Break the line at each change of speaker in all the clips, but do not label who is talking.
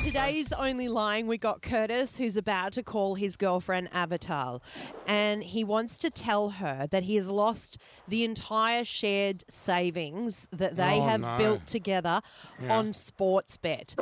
today's Only Lying, we got Curtis, who's about to call his girlfriend Avatar, and he wants to tell her that he has lost the entire shared savings that they
Oh,
have
no.
built together on sports bet.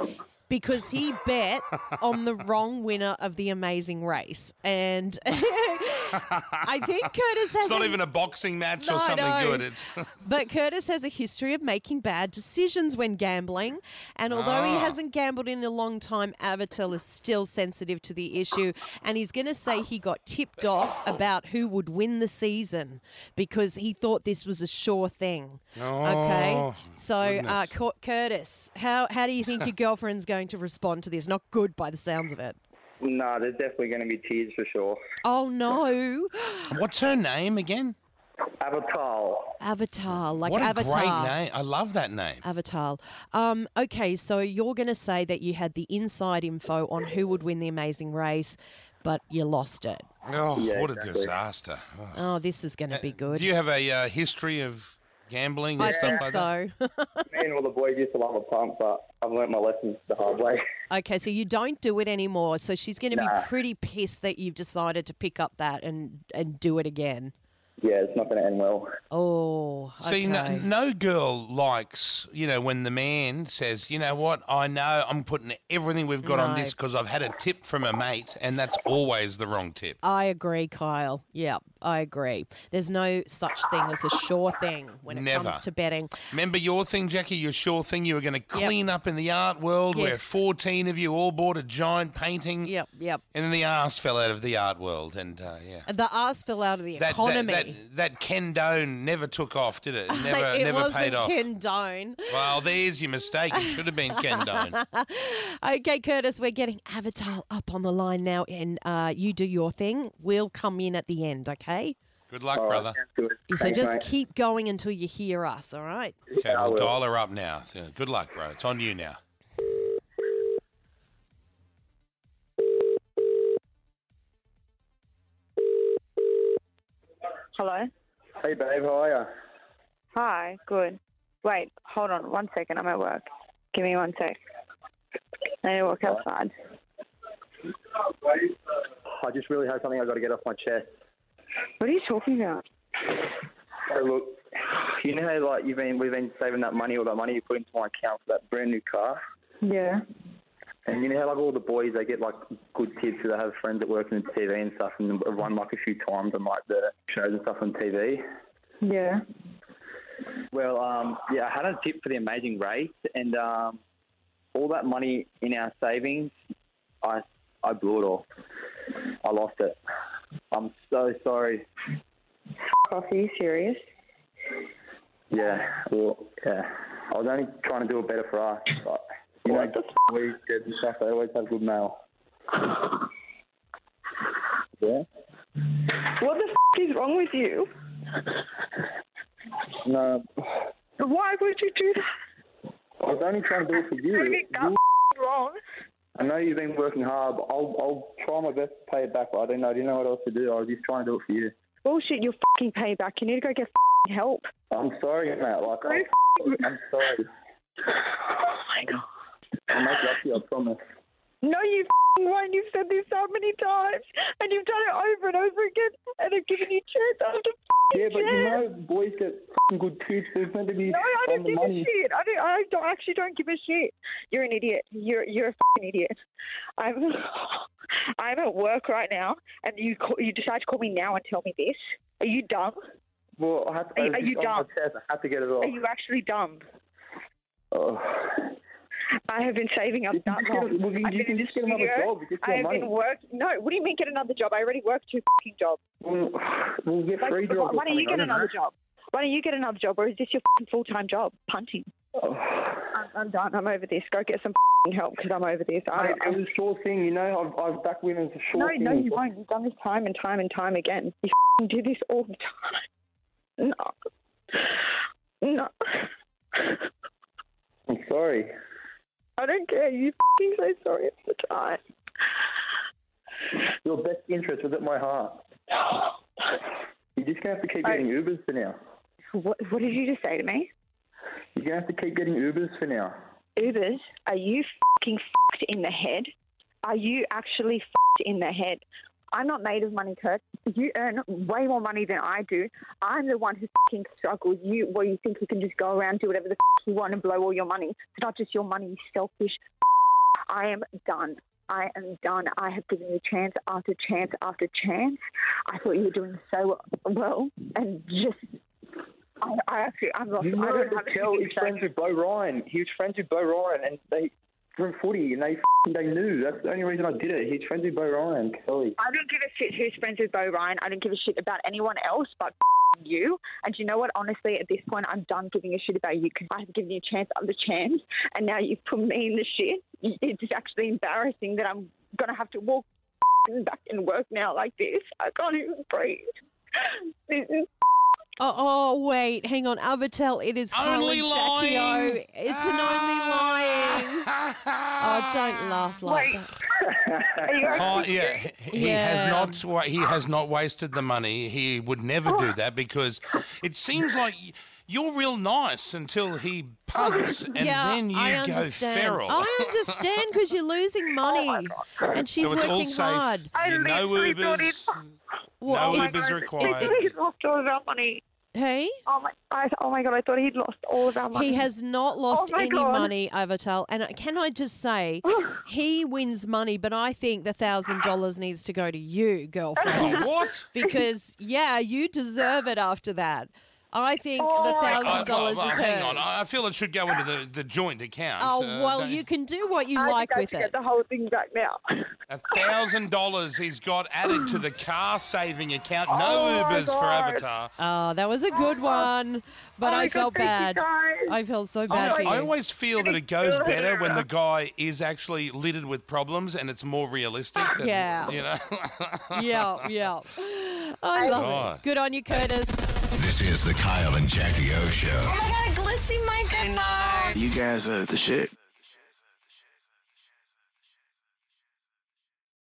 Because he bet on the wrong winner of the amazing race. And I think Curtis has
It's not
a-
even a boxing match
No,
or something
no.
good. It's
but Curtis has a history of making bad decisions when gambling. And although he
Ah.
hasn't gambled in a long time, Avatil is still sensitive to the issue. And he's going to say he got tipped off about who would win the season because he thought this was a sure thing.
Oh,
okay. So, uh,
goodness.
Cur- Curtis, how, how do you think your girlfriend's going to respond to this? Not good by the sounds of it.
No, there's definitely going to be tears for sure.
Oh, no.
what's her name again?
Avatar.
Avatar, like
what a
Avatar. Uh,
great name! I love that name.
Avatar. Um, okay, so you're going to say that you had the inside info on who would win the Amazing Race, but you lost it.
Oh,
Yeah,
what a
exactly.
disaster! Oh.
Oh, this is going to be good.
Do you have a uh, history of gambling and
I
stuff
think
like that?
so.
Me and all the boys used to love a pump, but I've learnt my lessons the hard way.
okay, so you don't do it anymore. So she's going to
Nah.
be pretty pissed that you've decided to pick up that and and do it again.
Yeah, it's not going to end well.
Oh, okay.
See, no, no girl likes, you know, when the man says, you know what, I know I'm putting everything we've got on
No.
this because I've had a tip from a mate, and that's always the wrong tip.
I agree, Kyle. Yeah, I agree. There's no such thing as a sure thing when it
Never.
comes to betting.
Remember your thing, Jackie, your sure thing you were going to clean up in the art world where
Yes.
14 of you all bought a giant painting,
Yep, yep.
and then the arse fell out of the art world, and uh, yeah.
The ass fell out of the
That, that,
economy.
that, that Ken Doan never took off, did it? Never,
it
never
wasn't
paid off.
condone.
Well, there's your mistake. It should have been Ken Doan.
Okay, Curtis, we're getting Avatar up on the line now, and uh, you do your thing. We'll come in at the end, okay?
Good luck,
All right,
brother.
sounds good.
So
Thanks,
just
mate.
keep going until you hear us, all right?
Okay,
Yeah, I
we'll
will.
dial her up now. Yeah, Good luck, bro. It's on you now.
Hello.
Hey, babe, how are ya?
Hi. Good. Wait. Hold on. One second. I'm at work. Give me one sec. I need to walk outside.
I just really have something I've got to get off my chest.
What are you talking about?
So look, you know how like you've been we've been saving that money, all that money you put into my account for that brand new car,
Yeah.
and you know how like all the boys they get like good tips, they have friends that work in the TV and stuff, and have won like a few times on like the shows and stuff on TV.
Yeah.
Well, um, yeah, I had a tip for the amazing race, and um, all that money in our savings, I I blew it all. I lost it. I'm so sorry.
Coffee. Are you serious?
Yeah, well, yeah. I was only trying to do it better for us, but you know, we get and stuff. They always have good mail. Yeah.
What the f- is wrong with you?
No,
Why would you do that?
I was only trying to do it for
Don't
you.
get that
You-
f- wrong.
I know you've been working hard. But I'll I'll try my best to pay it back. But I didn't know. I didn't know what else to do. I was just trying to do it for you.
Bullshit. You'll Oh, fucking pay back. You need to go get f- help.
I'm sorry, mate. Like, I'm, I'm sorry.
Oh my god.
I'll make it up to you, I promise.
No, you f***ing won't. You've said this so many times, and you've done it over and over again, and I've given you chance after f***ing
Yeah, but you
chance.
know, boys get f***ing good tips. There's meant to be
No, I
on
don't
the
give
money.
a shit. I don't. I don't, actually don't give a shit. You're an idiot. You're you're a fucking idiot. I'm I'm at work right now, and you call, you decide to call me now and tell me this. Are you dumb?
Well, I have to,
Are you-
I
are you
just- on my
dumb?
chest, I have to get it off.
Are you actually dumb?
Oh.
I have been saving up
You can
that
just get,
long.
well, you
I've
you
been
can
in
just
the
get another
studio.
job. You get
I
your
have
money.
been work. No, what do you mean get another job? I already worked two fucking jobs.
Well, we'll get
Like,
free
wh-
jobs. or
why don't
something,
you get
I
another job? Why don't you get another job, or is this your fucking full time job? Punting.
know. Oh.
I'm, I'm done. I'm over this. Go get some fucking help because I'm over this. I,
Mate,
I'm
it was a sure thing, you know. I've, I've back women as a
No,
sure thing.
no, you won't. You've done this time and time and time again. You f do this all the time. No. No.
I'm sorry.
I don't care. You f say sorry at the time.
Your best interest was at my heart. You're just going to have to keep
Mate.
getting Ubers for now.
What, what did you just say to me?
You're going to have to keep getting Ubers for now.
Ubers, are you fucking fucked in the head? Are you actually fucked in the head? I'm not made of money, Kurt. You earn way more money than I do. I'm the one who fucking struggles. You, well, you think you can just go around do whatever the fuck you want and blow all your money? It's not just your money, you selfish. fuck. I am done. I am done. I have given you chance after chance after chance. I thought you were doing so well, and just I, I actually I'm lost.
You
I
know
don't
that
have
Kel
anything
is
to say.
friends with Bo Ryan. He was friends with Bo Ryan, and they from footy, and they f***ing- they knew. That's the only reason I did it. He's friends with Bo Ryan, Kelly.
I don't give a shit who's friends with Bo Ryan. I don't give a shit about anyone else but you. And you know what? Honestly, at this point, I'm done giving a shit about you because I've given you a chance after chance, and now you've put me in the shit. It's actually embarrassing that I'm gonna have to walk back and work now like this. I can't even breathe. This is
Oh, oh wait, hang on, Avital. It is
Only
Colin
lying.
Shakio. It's an only lying. Oh, don't laugh like
Wait.
that.
are you
Oh yeah, he
Yeah.
has not. wa- He has not wasted the money. He would never do that because it seems like y- you're real nice until he punts, and
yeah,
then you
I
go
understand.
feral.
I understand because you're losing money, and she's
so it's all
working
safe.
hard.
I
You no
literally thought he'd-
Ubers.
What,
Oh
No
is-
Ubers required.
He's lost all of our money.
hey,
Oh my! I, oh my god! I thought he'd lost all of our money.
he has not lost
oh my
any
God. Oh.
money, Avital. And I- can I just say, he wins money, but I think the thousand dollars needs to go to you, girlfriend.
Oh, what?
because yeah, you deserve it after that. I think the
Oh, I-
thousand dollars
Oh,
is
well, hang on.
hers.
I I feel it should go into the, the joint account.
Oh
Uh,
well,
don't-
you can do what you
I
like
think I
with
should
it.
Get the whole thing back now.
A thousand dollars he's got added to the car saving account. No
Oh, my
Ubers for
God.
Avatar.
Oh, that was a good one, but
Oh
I
my God,
felt
thank
bad.
you, guys.
I felt so
I,
bad for you.
Oh, I always feel that it goes better when the guy is actually littered with problems and it's more realistic. Than,
Yeah.
You know.
yeah, yeah. I love
God.
it. Good on you, Curtis.
This is the Kyle and Jackie O show.
I got a Oh glitzy microphone.
You guys are the shit.